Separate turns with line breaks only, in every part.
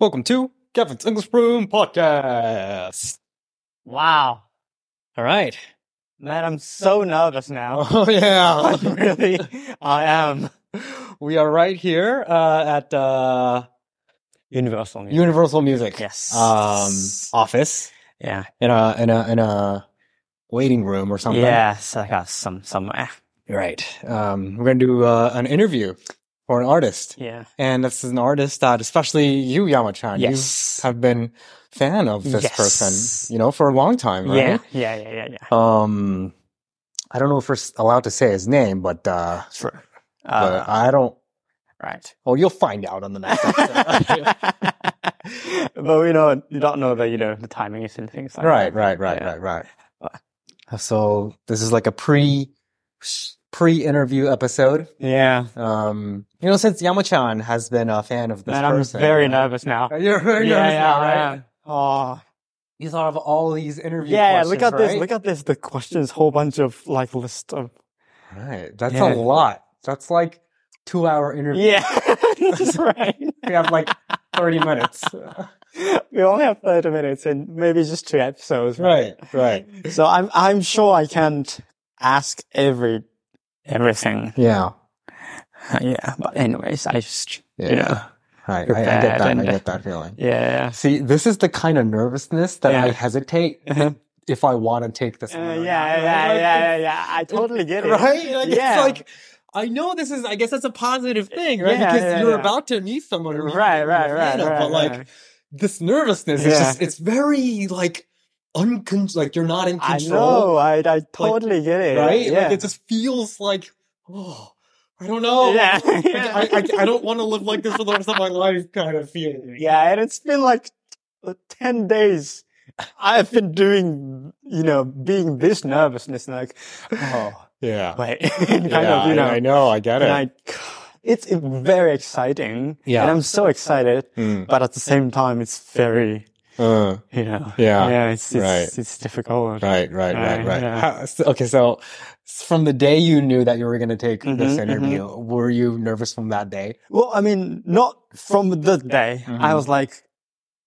Welcome to Kevin's English Room Podcast.
Wow.
All right.
Man, I'm so nervous now.
Oh,
I
yeah.
really, I am.
we are right here uh, at uh,
Universal music.
Universal Music
yes.
um, office
yeah.
in a, in a, in a waiting room or something.
Yes, I got some eh, somewhere.
Right. Um, we're going to do uh, an interview for an artist.
Yeah.
And this is an artist that, especially you, Yamachan,
yes.
you have been a fan of this
Yes.
person, you know, for a long time, right?
Yeah. Yeah. Yeah. Yeah. Yeah.
um i don't know if we're s- allowed to say his name but uh
True.
but i don't
Uh, right.
well Uh, oh, you'll find out on the next episode
but we know you don't know that you know the timing is and things like
right
that.
right right
Yeah.
right right Uh, so this is like a pre pre interview episode
Yeah.
um you know since yamachan has been a fan of this
Man,
person
I'm very
uh,
nervous now.
you're very
yeah,
nervous
yeah,
now, right?
I am. Oh.
You thought of all these interview
Yeah, yeah,
questions,
look at this.
right?
Look at this. The questions, whole bunch of like list of.
Right. That's
Yeah.
a lot. That's like two hour interview.
Yeah, that's right.
We have like 30 minutes.
We only have 30 minutes and maybe just two episodes.
right, right.
So I'm, I'm sure I can't ask every, everything.
Yeah.
Yeah. But anyways, I just,
Yeah.
you know,
Right.
You're
I, I get
bad
that. I
and-
get that feeling.
yeah.
See, this is the kind of nervousness that I
Yeah.
hesitate
Uh-huh.
if I want to take this.
Uh,
one
yeah,
or not.
yeah, yeah, yeah, yeah. I totally get it.
Right? Like,
Yeah.
It's like, I know this is, I guess that's a positive thing, right?
Yeah,
because
yeah,
you're
yeah.
about to meet someone. or meet
Right,
someone
right,
you
right,
know,
right.
But like
right.
this nervousness, it's
Yeah.
just, it's very like, uncon- like you're not in
I
control,
know. I, I totally get it.
right?
Yeah.
Like it just feels like, oh, I don't know.
yeah.
Like, I, I, I don't want to live like this for the rest of my life kind of feeling.
Yeah, and it's been like uh, 10 days. I've been doing, you know, being this nervousness, like, oh,
Yeah.
wait, kind
yeah,
of, you know.
I, I know. I get it.
and I, it's very exciting.
Yeah.
And I'm so excited,
Mm.
but at the same time, it's very,
Uh,
you know,
Yeah,
it's, it's,
right.
it's difficult.
right, right, right,
Uh,
right.
yeah.
How, so, okay, so s- from the day you knew that you were going to take this
Mhm,
interview, were you nervous from that day?
Well, I mean, not from the day. I
Mhm.
was like,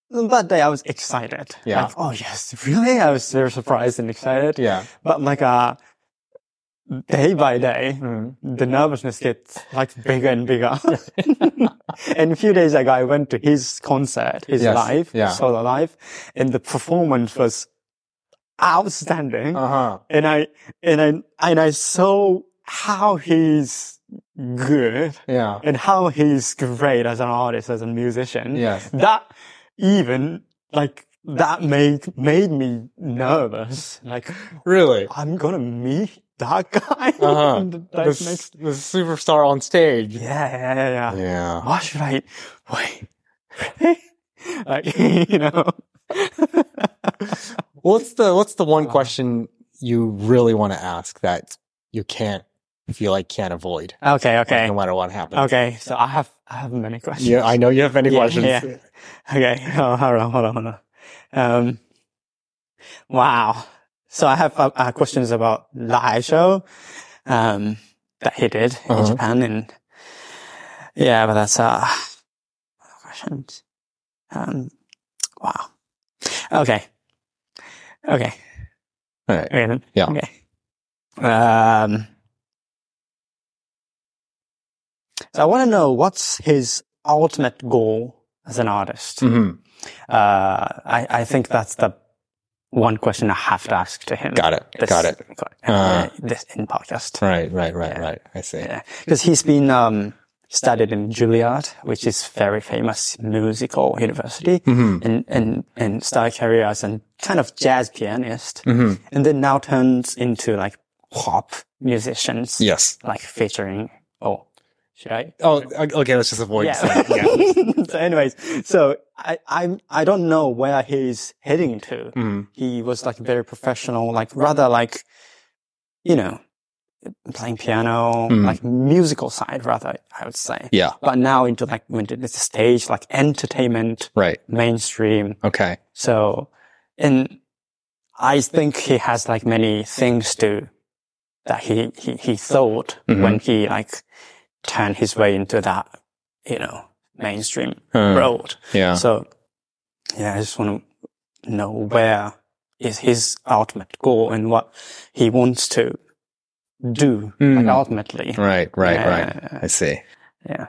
that day I was excited.
Yeah.
Like, oh yes, really? I was very surprised and excited.
Yeah.
But like uh day by day, the nervousness gets like bigger and bigger. and a few days ago, I went to his concert, his
Yes,
live,
yeah.
solo live, and the performance was outstanding.
Uh huh.
and I and I and I saw how he's good
Yeah.
and how he's great as an artist, as a musician.
Yes.
That even like that made made me nervous. Like
Really.
I'm gonna meet that guy.
Uh huh.
And that
This,
makes-
this superstar on stage.
yeah, yeah, yeah, yeah.
Yeah.
Why should I wait? really? like you know.
What's the What's the one
Uh.
question you really want to ask that you can't feel like can't avoid,
okay,
like,
okay,
no matter what happens?
okay. So I have I have many questions.
Yeah, I know you have many
Yeah,
questions.
yeah. Okay. Oh, hold on, hold on, hold on. Um. Wow. So I have uh, uh, questions about live show, um, that he did in
Uh-huh.
Japan, and yeah, but that's uh, questions. Um. Wow. Okay. Okay.
All right.
Okay. Then.
Yeah.
Okay. Um. So I want to know what's his ultimate goal as an artist.
hmm
Uh, I, I think that's the one question I have to ask to him.
Got it.
This,
Got it.
uh,
Uh,
this in podcast.
Right. Right. Right.
Yeah.
Right. I see.
Yeah. Because he's been, um, studied in Juilliard, which is very famous musical university
Mm-hmm.
and, and, and started career as a kind of jazz pianist
Mm-hmm.
and then now turns into like pop musicians,
Yes.
like featuring, oh, should I?
Oh, o- okay. Let's just avoid saying- yeah.
so anyways, so I, I'm, I don't know where he's heading to.
Mhm.
He was like very professional, like rather like, you know, playing piano,
Mm.
like musical side rather, I would say.
Yeah.
But now into like, went to this stage, like entertainment,
Right.
mainstream.
Okay.
So, and I think he has like many things to, that he, he, he thought
Mhm.
when he like turned his way into that, you know, mainstream
Hmm.
road.
Yeah.
So yeah, I just want to know where is his ultimate goal and what he wants to do like
Mm.
ultimately.
Right, right, right.
Uh,
I see.
yeah.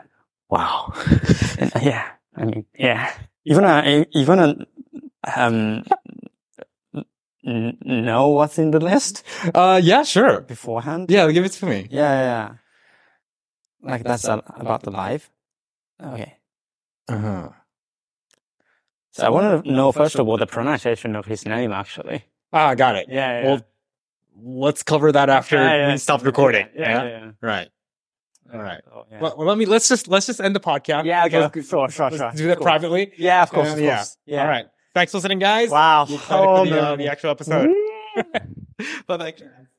Wow.
And, uh, yeah. I mean, yeah. Even uh, even uh, um n- know what's in the list
uh, yeah, sure.
beforehand.
Yeah, give it to me.
Yeah, yeah. yeah. Like that's a, about the life. Okay.
Uh-huh.
So I want to know first of all the pronunciation of his name actually.
Ah, got it.
Yeah.
Well, let's cover that after
Yeah, yeah.
we stop recording.
Yeah. yeah, yeah.
Right. All right.
Oh, yeah.
Well, well, let me let's just let's just end the podcast.
yeah. Okay.
Let's,
sure. Sure.
let's
Sure.
do that
Cool.
privately.
Yeah. Of course.
Uh,
of
yeah.
course. Yeah.
All right. Thanks for listening, guys.
Wow. Oh,
We're excited for the, uh,
man.
the actual episode. Bye bye.